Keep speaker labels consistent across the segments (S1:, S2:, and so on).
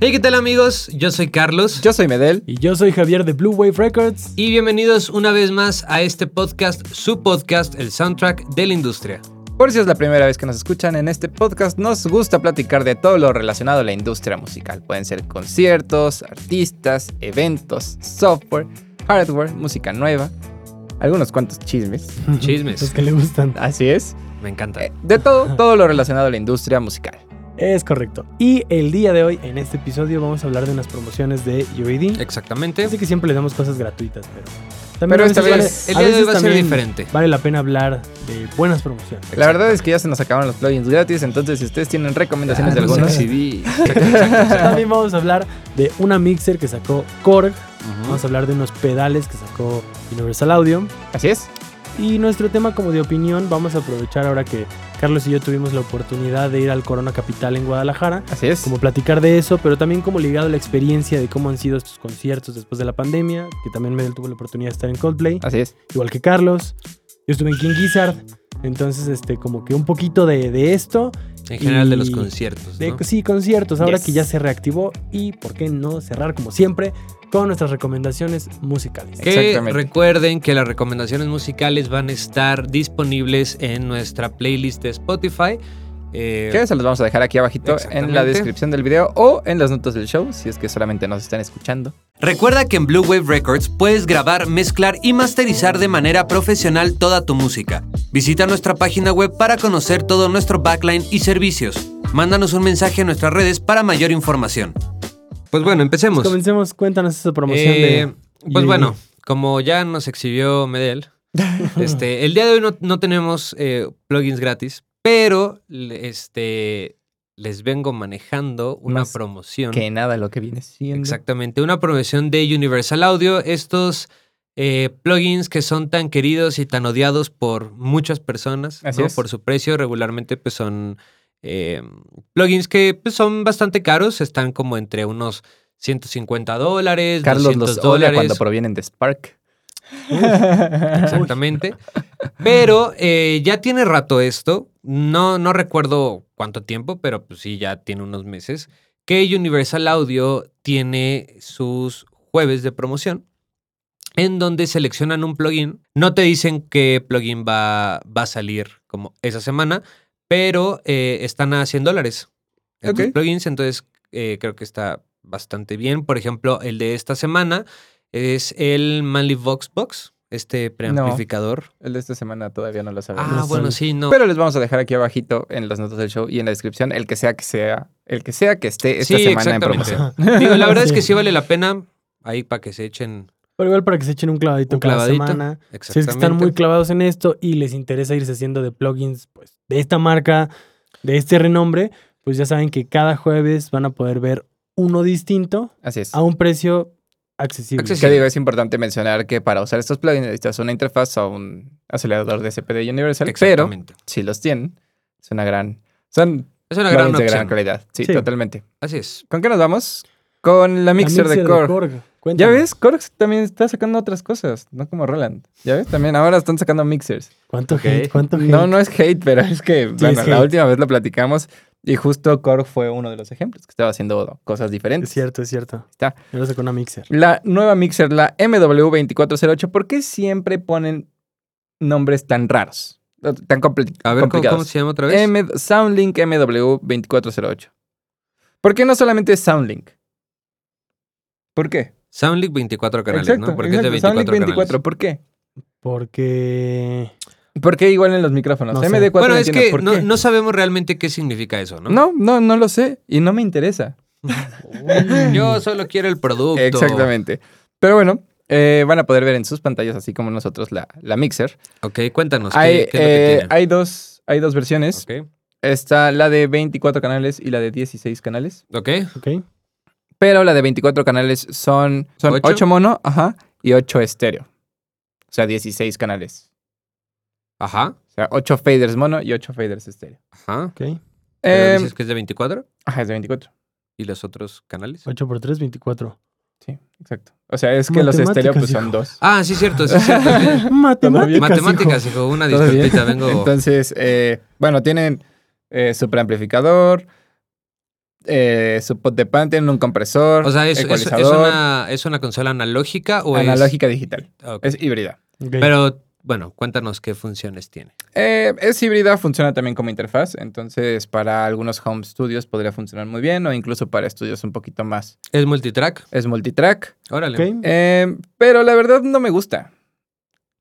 S1: Hey, ¿qué tal amigos? Yo soy Carlos.
S2: Yo soy Medel.
S3: Y yo soy Javier de Blue Wave Records.
S1: Y bienvenidos una vez más a este podcast, su podcast, el soundtrack de la industria.
S2: Por si es la primera vez que nos escuchan en este podcast, nos gusta platicar de todo lo relacionado a la industria musical. Pueden ser conciertos, artistas, eventos, software, hardware, música nueva, algunos cuantos chismes.
S1: Chismes.
S3: Los que le gustan.
S2: Así es.
S1: Me encanta.
S2: Eh, De todo, todo lo relacionado a la industria musical.
S3: Es correcto. Y el día de hoy, en este episodio, vamos a hablar de unas promociones de UAD.
S1: Exactamente.
S3: Así que siempre le damos cosas gratuitas, pero. También
S2: Pero
S3: a
S2: esta
S3: veces
S2: vez-
S1: el
S3: a
S1: día de hoy
S3: veces
S1: va a ser
S3: también
S1: diferente.
S3: Vale la pena hablar de buenas promociones.
S2: La verdad es que ya se nos acabaron los plugins gratis, entonces si ustedes tienen recomendaciones
S3: Ah,
S2: de
S3: no
S2: algunos,
S3: sé. También vamos a hablar de una mixer que sacó Korg. Vamos a hablar de unos pedales que sacó Universal Audio.
S2: así es.
S3: Y nuestro tema como de opinión vamos a aprovechar ahora que Carlos y yo tuvimos la oportunidad de ir al Corona Capital en Guadalajara,
S2: Así es.
S3: como platicar de eso, pero también como ligado a la experiencia de cómo han sido estos conciertos después de la pandemia, que también Medel tuvo la oportunidad de estar en Coldplay,
S2: Así es.
S3: igual que Carlos. Yo estuve en King Gizzard, entonces este como que un poquito de, de esto,
S1: En general de
S3: Y-
S1: los conciertos.
S3: de
S1: ¿no?
S3: sí, conciertos, ahora
S2: Yes.
S3: que ya se reactivó y por qué no cerrar como siempre con nuestras recomendaciones musicales.
S2: ¿Qué?
S1: Que
S2: Exactamente.
S1: recuerden que las recomendaciones musicales van a estar disponibles en nuestra playlist de Spotify. Eh,
S2: Que se los vamos a dejar aquí abajito en la
S1: Exactamente.
S2: descripción del video o en las notas del show, si es que solamente nos están escuchando.
S1: Recuerda que en Blue Wave Records puedes grabar, mezclar y masterizar de manera profesional toda tu música. Visita nuestra página web para conocer todo nuestro backline y servicios. Mándanos un mensaje a nuestras redes para mayor información. Pues bueno, empecemos.
S3: Comencemos, cuéntanos esa promoción
S1: Eh,
S3: de...
S1: pues
S3: de-
S1: bueno, como ya nos exhibió Medel, este, el día de hoy no, no tenemos eh, plugins gratis, pero le- este, les vengo manejando una
S2: Más
S1: promoción.
S2: Que nada lo que viene siendo.
S1: Exactamente, una promoción de Universal Audio. Estos eh, plugins que son tan queridos y tan odiados por muchas personas,
S2: Así
S1: ¿no?
S2: es.
S1: por su precio, regularmente pues son eh, plugins que pues, son bastante caros, están como entre unos 150 dólares,
S2: Carlos
S1: 200
S2: los odia
S1: dólares.
S2: cuando provienen de Spark.
S1: Exactamente. Pero eh, ya tiene rato esto. No, no recuerdo cuánto tiempo, pero pues sí, ya tiene unos meses. Que Universal Audio tiene sus jueves de promoción. En donde seleccionan un plugin. No te dicen qué plugin va, va a salir como esa semana. Pero eh, están a 100 dólares. Estos
S2: Ok.
S1: plugins. Entonces eh, creo que está bastante bien. Por ejemplo, el de esta semana es el Manly Vox Box, este preamplificador.
S2: El de esta semana todavía no lo sabemos.
S1: Ah,
S3: No
S1: bueno,
S3: sabe.
S1: sí, no.
S2: Pero les vamos a dejar aquí abajito en las notas del show y en la descripción el que sea que sea, el que sea que esté esta
S1: Sí,
S2: semana en
S1: exactamente.
S2: promoción.
S1: Digo, la verdad es que
S3: Sí.
S1: sí vale la pena ahí para que se echen
S3: Pero igual para que se echen un clavadito
S1: un
S3: cada
S1: clavadito.
S3: semana.
S1: Exactamente.
S3: Si es que están muy clavados en esto y les interesa irse haciendo de plugins pues, de esta marca, de este renombre, pues ya saben que cada jueves van a poder ver uno distinto
S2: Así es.
S3: a un precio accesible.
S1: Accesible.
S2: Que digo, es importante mencionar que para usar estos plugins necesitas una interfaz o un acelerador de CPD Universal, pero
S1: Exactamente.
S2: si los tienen, es una gran... Son
S1: Es una gran
S2: plugins de
S1: opción.
S2: gran calidad. Sí,
S3: Sí.
S2: totalmente.
S1: Así es.
S2: ¿Con qué nos vamos? Con la
S3: La
S2: mixer, de Core. Ya
S3: Cuéntanos,
S2: ves, Korg también está sacando otras cosas, no como Roland. Ya ves, también ahora están sacando mixers.
S3: ¿Cuánto
S1: Ok.
S3: hate? ¿Cuánto hate?
S2: No, no es hate, pero es que, bueno,
S3: es
S2: la
S3: hate.
S2: última vez lo platicamos y justo Korg fue uno de los ejemplos que estaba haciendo cosas diferentes.
S3: Es cierto, es cierto.
S2: Está.
S3: Yo lo saco una mixer.
S2: La nueva mixer, la MW2408, ¿por qué siempre ponen nombres tan raros? Tan compli-
S1: A ver, ¿cómo,
S2: complicados.
S1: cómo se llama otra vez?
S2: M- Soundlink MW2408. ¿Por qué no solamente es Soundlink? ¿Por qué?
S1: Soundlink 24 canales,
S2: exacto,
S1: ¿no? Porque es de 24
S2: exacto, Soundlink 24,
S1: canales.
S2: ¿por qué?
S3: Porque...
S2: ¿Por qué igual en los micrófonos?
S3: No sé.
S2: MD4
S1: Bueno,
S2: no
S1: es
S2: entiendo
S1: que
S2: por
S1: no,
S2: qué.
S1: no sabemos realmente qué significa eso, ¿no?
S2: No, no, no lo sé y no me interesa.
S1: Yo solo quiero el producto.
S2: Exactamente. Pero bueno, eh, van a poder ver en sus pantallas, así como nosotros, la, la mixer.
S1: Ok, cuéntanos. ¿qué- ¿qué,
S2: Hay,
S1: es
S2: eh,
S1: lo que
S2: hay, dos, hay dos versiones.
S1: tiene?
S2: Está la de 24 canales y la de 16 canales.
S1: Ok. ok.
S3: Ok.
S2: Pero la de 24 canales son, son
S1: ¿Ocho?
S2: 8 mono ajá, y 8 estéreo. O sea, 16 canales.
S1: Ajá.
S2: O sea, 8 faders mono y 8 faders estéreo.
S1: Ajá.
S3: Ok.
S1: Pero
S2: Eh,
S1: dices que es de 24
S2: Ajá, es de 24.
S1: y los otros canales.
S3: 8 por 3, 24.
S2: Sí, exacto. O sea, es que los
S3: Matemáticas,
S2: estéreo pues, son
S3: hijo.
S2: dos.
S1: Ah, sí, cierto, sí, cierto.
S3: Matemáticas,
S1: Matemáticas, hijo, una
S2: ¿Todo bien?
S1: disculpita, vengo.
S2: Entonces, eh, bueno, tienen eh, superamplificador, eh, su pot de pan tienen un compresor,
S1: O sea, ¿es, es- es pues.
S2: ecualizador,
S1: una, es una consola analógica o es-
S2: analógica digital.
S1: Ok.
S2: Es híbrida.
S3: Ok.
S1: Pero bueno, cuéntanos qué funciones tiene.
S2: Eh, es híbrida, funciona también como interfaz, entonces para algunos home studios podría funcionar muy bien o incluso para estudios un poquito más.
S1: ¿Es multitrack?
S2: Es multitrack,
S1: Órale.
S3: Ok.
S2: eh, pero la verdad no me gusta.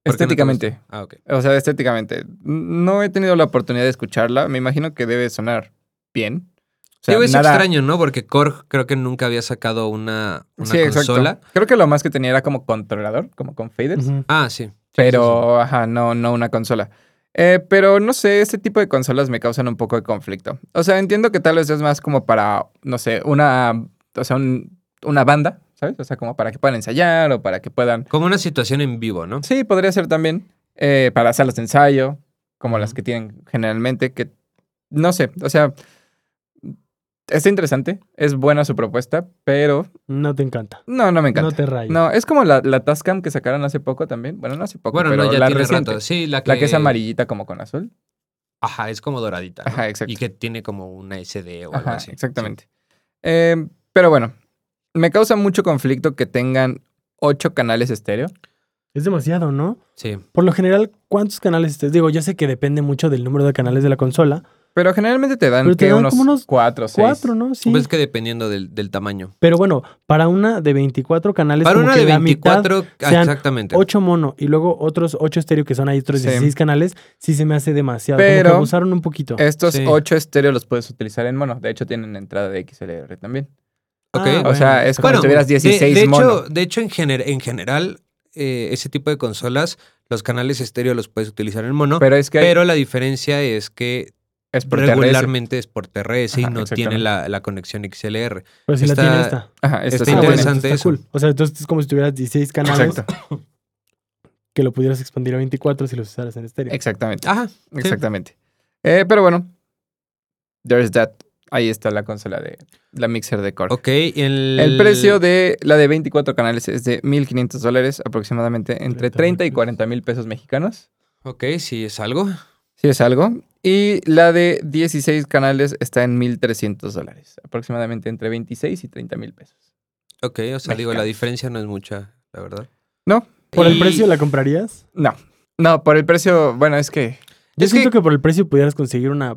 S1: ¿Por qué no te
S2: Estéticamente.
S1: gusta? ah, ok.
S2: O sea, estéticamente. No he tenido la oportunidad de escucharla. Me imagino que debe sonar bien. O sea,
S1: Digo, es
S2: nada-
S1: extraño, ¿no? Porque Korg creo que nunca había sacado una, una
S2: Sí, exacto.
S1: consola.
S2: Creo que lo más que tenía era como controlador, como con faders.
S3: Ujú.
S1: Ah, sí. Sí,
S2: Pero, ajá, no, no una consola. Eh, pero no sé, este tipo de consolas me causan un poco de conflicto. O sea, entiendo que tal vez es más como para, no sé, una, o sea, un- una banda, ¿sabes? O sea, como para que puedan ensayar o para que puedan...
S1: sí. Como una situación en vivo, ¿no?
S2: Sí, podría ser también eh, para salas de ensayo, como las
S1: Ujú.
S2: que tienen generalmente, que no sé, o sea, está interesante, es buena su propuesta, pero
S3: No te encanta.
S2: no, no me encanta.
S3: No te rayes.
S2: No, es como la, la Tascam que sacaron hace poco también. Bueno, no hace poco,
S1: Bueno,
S2: pero
S1: no, ya
S2: la
S1: tiene
S2: reciente.
S1: rato. Sí, la que,
S2: La que es amarillita como con azul.
S1: Ajá, es como doradita. ¿no?
S2: Ajá, exacto.
S1: Y que tiene como una SD o algo
S2: Ajá,
S1: así.
S2: exactamente. Eh, pero bueno, me causa mucho conflicto que tengan ocho canales estéreo.
S3: Es demasiado, ¿no?
S1: Sí.
S3: Por lo general, ¿cuántos canales estés? Digo, ya sé que depende mucho del número de canales de la consola.
S2: Pero generalmente te dan,
S3: Pero te
S2: ¿qué?
S3: dan
S2: unos,
S3: como unos
S2: cuatro, seis.
S3: Cuatro, ¿no? Sí.
S1: Pues que dependiendo del, del tamaño.
S3: Pero bueno, para una de 24 canales,
S1: Para
S3: como
S1: una
S3: que
S1: de
S3: la mitad
S1: 24,
S3: sean
S1: exactamente.
S3: 8 mono y luego otros 8 estéreo que son ahí otros
S2: Sí.
S3: 16 canales, sí se me hace demasiado. Como que
S2: Pero-
S3: abusaron un poquito.
S2: Estos
S1: Sí.
S2: ocho estéreos los puedes utilizar en mono. De hecho, tienen entrada de XLR también.
S1: Ok.
S3: Ah,
S2: o sea, es como
S1: Bueno,
S2: si tuvieras
S1: de-
S2: 16
S1: de,
S2: mono.
S1: Hecho, de hecho, en, gener- en general, eh, ese tipo de consolas, los canales estéreo los puedes utilizar en mono. Pero,
S2: pero es que hay-
S1: la diferencia es que
S2: es por TRS.
S1: regularmente es por TRS y
S2: Ajá,
S1: no tiene
S2: exactamente.
S1: la, la conexión XLR.
S3: Pero si
S1: está-
S3: la tiene esta.
S2: Ajá, esto
S1: está
S2: sí lo tienen.
S1: interesante
S3: entonces
S1: eso.
S3: cool. O sea, entonces es como si tuvieras 16 canales
S2: Exacto.
S3: que lo pudieras expandir a 24 si los usaras en estéreo.
S2: Exactamente.
S1: Ajá.
S2: Exactamente. Eh, pero bueno, there's that. Ahí está la consola de la mixer de Korg.
S1: Ok. y El,
S2: El precio de la de 24 canales es de 1.500 dólares, aproximadamente entre
S3: 30,000
S2: 30 y 40 mil pesos mexicanos.
S1: Ok, sí, es algo.
S2: Sí, es algo. Y la de 16 canales está en 1.300 dólares, aproximadamente entre 26 y 30 mil pesos.
S1: Ok, o sea, digo, la
S2: Mexicanos.
S1: diferencia no es mucha, la verdad.
S2: No.
S3: ¿Por el
S1: Y-
S3: precio la comprarías?
S2: No, no, por el precio, bueno, es que
S3: Yo
S1: Es
S3: siento
S1: que-
S3: que... por el precio pudieras conseguir una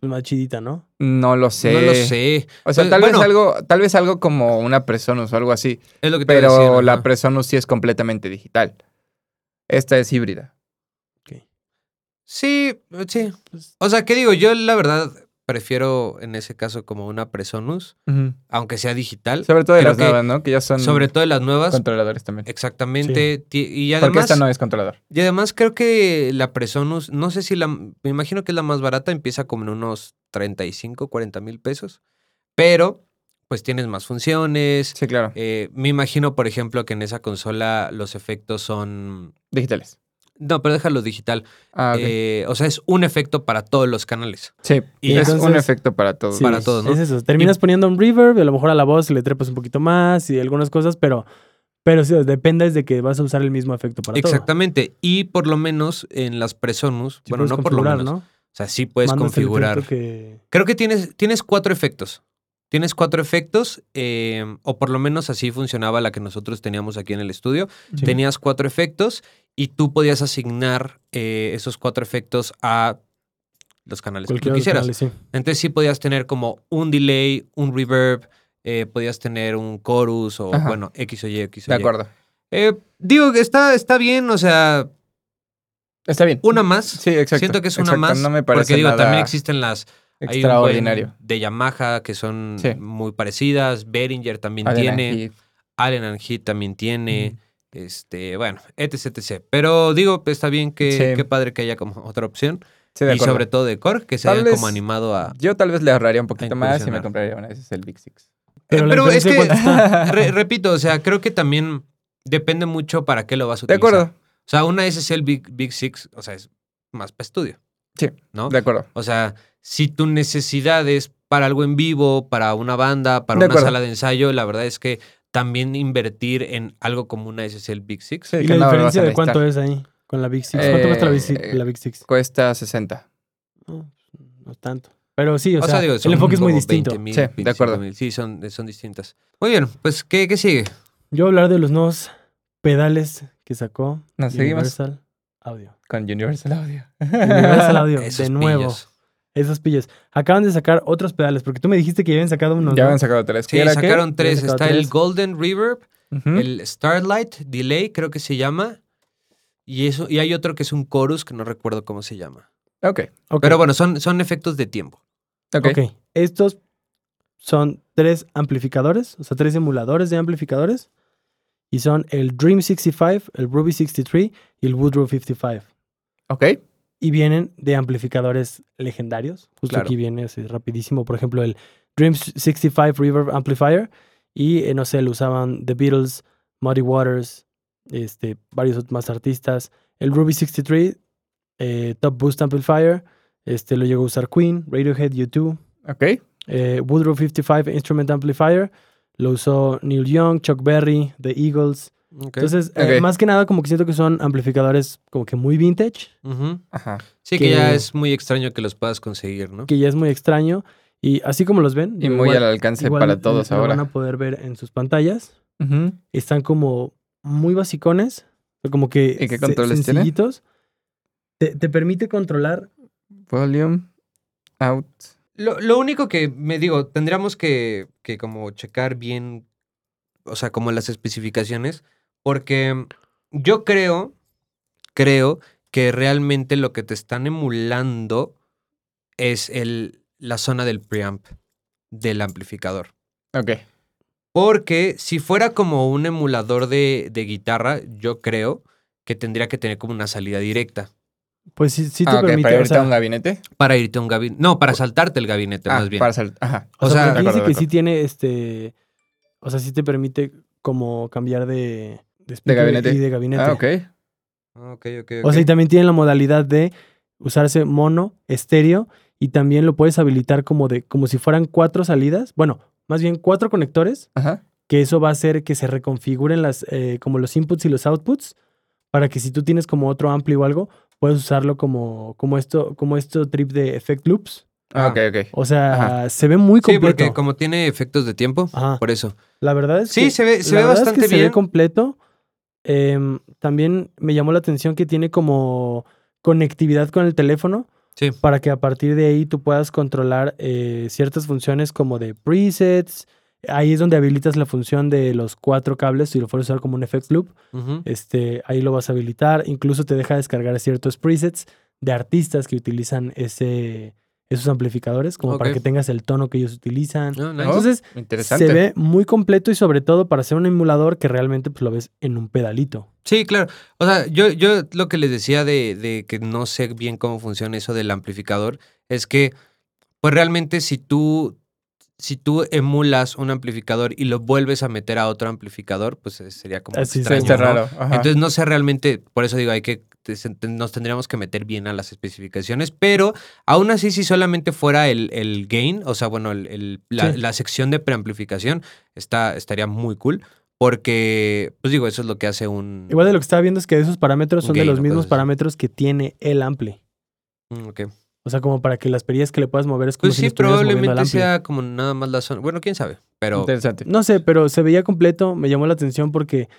S3: pues, más chidita, ¿no?
S2: no lo sé.
S1: No lo sé.
S2: O sea,
S1: Pues,
S2: tal,
S1: bueno.
S2: vez algo, tal vez algo como una Presonus o algo así,
S1: Es lo que te iba a
S2: pero
S1: decir,
S2: la
S1: ajá.
S2: Presonus sí es completamente digital. Esta es híbrida.
S1: Sí, sí. O sea, ¿qué digo? Yo la verdad prefiero en ese caso como una Presonus, aunque sea digital.
S2: Sobre todo de
S1: Creo
S2: las
S1: que-
S2: nuevas, ¿no? Que ya son
S1: Sobre todo en las nuevas.
S2: controladores también.
S1: Exactamente. ti- Y
S2: Porque
S1: además,
S2: esta no es controlador.
S1: y además creo que la Presonus, no sé si la, me imagino que es la más barata, empieza como en unos 35, 40 mil pesos, pero pues tienes más funciones.
S2: Sí, claro.
S1: Eh, me imagino, por ejemplo, que en esa consola los efectos son...
S2: Digitales.
S1: No, pero déjalo digital.
S2: Ah, ok.
S1: Eh, o sea, es un efecto para todos los canales.
S2: sí.
S1: y
S2: es un
S3: entonces-
S2: efecto para todos.
S3: Sí,
S1: Para todos, ¿no?
S3: Es eso. Terminas poniendo un reverb, y a lo mejor a la voz le trepas un poquito más y algunas cosas, pero, pero sí, depende de que vas a usar el mismo efecto para todo.
S1: Exactamente. Y por lo menos en las Presonus,
S3: Sí
S1: bueno,
S3: puedes
S1: no por lo
S3: configurar,
S1: menos.
S3: ¿no?
S1: O sea, sí puedes
S3: Mandas el
S1: configurar.
S3: efecto que-
S1: Creo que tienes, tienes cuatro efectos. Tienes cuatro efectos, eh, o por lo menos así funcionaba la que nosotros teníamos aquí en el estudio.
S3: Sí.
S1: Tenías cuatro efectos y tú podías asignar eh, esos cuatro efectos a los canales que tú
S3: Cualquiera de los
S1: quisieras. Eh,
S3: canales, sí.
S1: Entonces sí podías tener como un delay, un reverb, eh, podías tener un chorus o
S2: Ajá.
S1: bueno, X o Y, X o
S2: De
S1: Y.
S2: acuerdo.
S1: Eh, digo que está, está bien, o sea,
S2: Está bien.
S1: una más.
S2: Sí, exacto.
S1: Siento que es una
S2: exacto.
S1: más.
S2: No me parece
S1: porque digo,
S2: nada
S1: también existen las hay un buen
S2: extraordinario.
S1: de Yamaha que son
S2: Sí.
S1: muy parecidas. Behringer también
S2: Allen
S1: tiene.
S2: and Heath.
S1: Allen and Heath también tiene. Este, bueno, etc, etc. Pero digo, pues, está bien que,
S2: Sí.
S1: qué padre que haya como otra opción.
S2: Sí, de
S1: y
S2: acuerdo.
S1: sobre todo de Korg, que se
S2: Tal
S1: hayan
S2: vez-
S1: como animado a.
S2: Yo tal vez le ahorraría un poquito más y me
S1: incursionar.
S2: compraría una vez el Big Six.
S1: Pero,
S3: Pero, la
S1: es
S3: diferencia,
S1: que,
S3: ¿cuánto está?
S1: re- repito, o sea, creo que también depende mucho para qué lo vas a
S2: De
S1: utilizar.
S2: acuerdo.
S1: O sea, una SSL Big, Big Six, o sea, es más para estudio.
S2: Sí,
S1: ¿No?
S2: De acuerdo.
S1: O sea, si tu necesidad es para algo en vivo, para una banda, para
S2: De
S1: una
S2: acuerdo.
S1: sala de ensayo, la verdad es que también invertir en algo como una SSL Big Six.
S2: Sí,
S3: ¿Y
S2: que
S3: la
S2: no lo vas
S3: diferencia
S2: a
S3: de cuánto
S2: necesitar.
S3: es ahí con la Big Six? ¿Cuánto
S2: Eh,
S3: cuesta la Big Six? la Big Six?
S2: Cuesta 60.
S3: No, no tanto. Pero sí, o, sea,
S1: digo,
S3: el
S1: son
S3: enfoque es muy
S1: como
S3: distinto.
S1: 20,000,
S2: Sí, de
S1: 25,000.
S2: acuerdo.
S1: Sí, son, son distintas. Muy bien, pues, ¿qué, qué sigue?
S3: Yo voy a hablar de los nuevos pedales que sacó
S2: Nos seguimos.
S3: Universal Audio.
S2: Con Universal Audio.
S3: Universal Audio,
S1: Esos
S3: de nuevo.
S1: pillos.
S3: Esos pillos. Acaban de sacar otros pedales, porque tú me dijiste que ya habían sacado unos.
S2: Ya
S3: ¿no?
S2: habían sacado tres.
S1: Sí,
S2: ¿Qué era qué?
S1: sacaron tres.
S3: sacado
S1: Está el
S3: tres. ¿Mm?
S1: Golden Reverb,
S2: Ujú.
S1: el Starlight Delay, creo que se llama. Y, eso, y hay otro que es un chorus que no recuerdo cómo se llama.
S2: Ok,
S3: Ok,
S1: Pero bueno, son, son efectos de tiempo.
S2: ok.
S3: ok. Estos son tres amplificadores, o sea, tres emuladores de amplificadores. Y son el Dream 65, el Ruby 63 y el Woodrow 55.
S2: Ok.
S3: y vienen de amplificadores legendarios. Justo
S1: Claro.
S3: aquí viene así rapidísimo. Por ejemplo, el Dream 65 Reverb Amplifier. Y eh, no sé, lo usaban The Beatles, Muddy Waters, este, varios más artistas. El Ruby 63 eh, Top Boost Amplifier. Este lo llegó a usar Queen, Radiohead, U2.
S2: Ok.
S3: Eh, Woodrow 55 Instrument Amplifier. Lo usó Neil Young, Chuck Berry, The Eagles. Entonces, eh,
S2: Ok.
S3: más que nada, como que siento que son amplificadores como que muy vintage.
S1: Ujú.
S2: Ajá.
S1: Sí, que,
S3: Que-
S1: ya es muy extraño que los puedas conseguir, ¿no?
S3: que ya es muy extraño. Y así como los ven,
S2: Y muy
S3: igual-
S2: al alcance
S3: igual
S2: para todos
S3: lo
S2: ahora.
S3: van a poder ver en sus pantallas.
S2: Ujú.
S3: Están como muy basicones, como que
S2: ¿Y qué
S3: se-
S2: controles tiene?
S3: sencillitos. Te, te permite controlar.
S2: Volume. Out.
S1: Lo, lo único que me digo, tendríamos que, que como checar bien, o sea, como las especificaciones, porque yo creo, creo que realmente lo que te están emulando es el, la zona del preamp del amplificador.
S2: Ok.
S1: Porque si fuera como un emulador de, de guitarra, yo creo que tendría que tener como una salida directa
S3: Pues sí, sí te
S2: Ah, ok,
S3: permite.
S2: para
S3: o
S2: irte
S3: sea,
S2: a un gabinete.
S1: para irte a un gabinete. No, para saltarte el gabinete,
S2: Ah,
S1: más bien.
S2: para salir. Ajá.
S3: o
S1: o
S3: sea,
S1: sea,
S3: porque
S2: de
S3: aquí
S2: acuerdo,
S3: dice
S2: de
S3: que sí tiene este. O sea, sí te permite como cambiar de. De, speaker
S2: gabinete.
S3: Y de gabinete.
S2: Ah, ok.
S1: Ah, Ok, ok,
S3: O sea, y
S1: ok.
S3: también tiene la modalidad de usarse mono, estéreo, y también lo puedes habilitar como de, como si fueran cuatro salidas. Bueno, más bien cuatro conectores,
S2: Ajá.
S3: que eso va a hacer que se reconfiguren las, eh, como los inputs y los outputs, para que si tú tienes como otro ampli o algo, puedes usarlo como, como esto, como esto trip de effect loops.
S2: Ah,
S1: Ah.
S2: ok, ok.
S3: O sea,
S2: Ajá.
S3: se ve muy
S1: Sí,
S3: completo. Ah.
S1: porque como tiene efectos de tiempo,
S3: Ajá.
S1: por eso.
S3: La verdad es
S1: Sí,
S3: que
S1: se ve- se
S3: la
S1: ve
S3: verdad es
S1: bastante
S3: que Se ve
S1: bien.
S3: completo. Em, también me llamó la atención que tiene como conectividad con el teléfono.
S1: Sí.
S3: para que a partir de ahí tú puedas controlar eh, ciertas funciones como de presets. Ahí es donde habilitas la función de los cuatro cables, si lo fueras a usar como un effect loop,
S1: Ujú.
S3: este, ahí lo vas a habilitar. Incluso te deja descargar ciertos presets de artistas que utilizan ese, esos amplificadores, como para
S1: Ok.
S3: que tengas el tono que ellos utilizan.
S1: No, nice.
S3: Entonces,
S2: Interesante.
S3: se ve muy completo y sobre todo para ser un emulador que realmente pues, lo ves en un pedalito.
S1: Sí, claro. O sea, yo, yo lo que les decía de, de que no sé bien cómo funciona eso del amplificador es que, pues realmente si tú, si tú emulas un amplificador y lo vuelves a meter a otro amplificador, pues eh, sería como
S3: Así
S1: extraño,
S2: Está
S1: ¿no?
S2: raro. Ajá.
S1: Entonces no sé realmente, por eso digo, hay que nos tendríamos que meter bien a las especificaciones, pero aún así si solamente fuera el, el gain, o sea, bueno, el- el- la,
S3: Sí.
S1: la sección de preamplificación está, estaría muy cool, porque, pues digo, eso es lo que hace un...
S3: Igual de lo que estaba viendo es que esos parámetros son de
S1: Gain
S3: los
S1: o
S3: mismos
S1: cosas así.
S3: parámetros que tiene el ampli.
S1: Mm, ok.
S3: O sea, como para que las perillas que le puedas mover es como
S1: Pues
S3: si
S1: sí,
S3: le estuvieras moviendo al
S1: probablemente
S3: ampli.
S1: sea como nada más la zona. Bueno, quién sabe, pero...
S2: Interesante.
S3: No sé, pero se veía completo, me llamó la atención porque,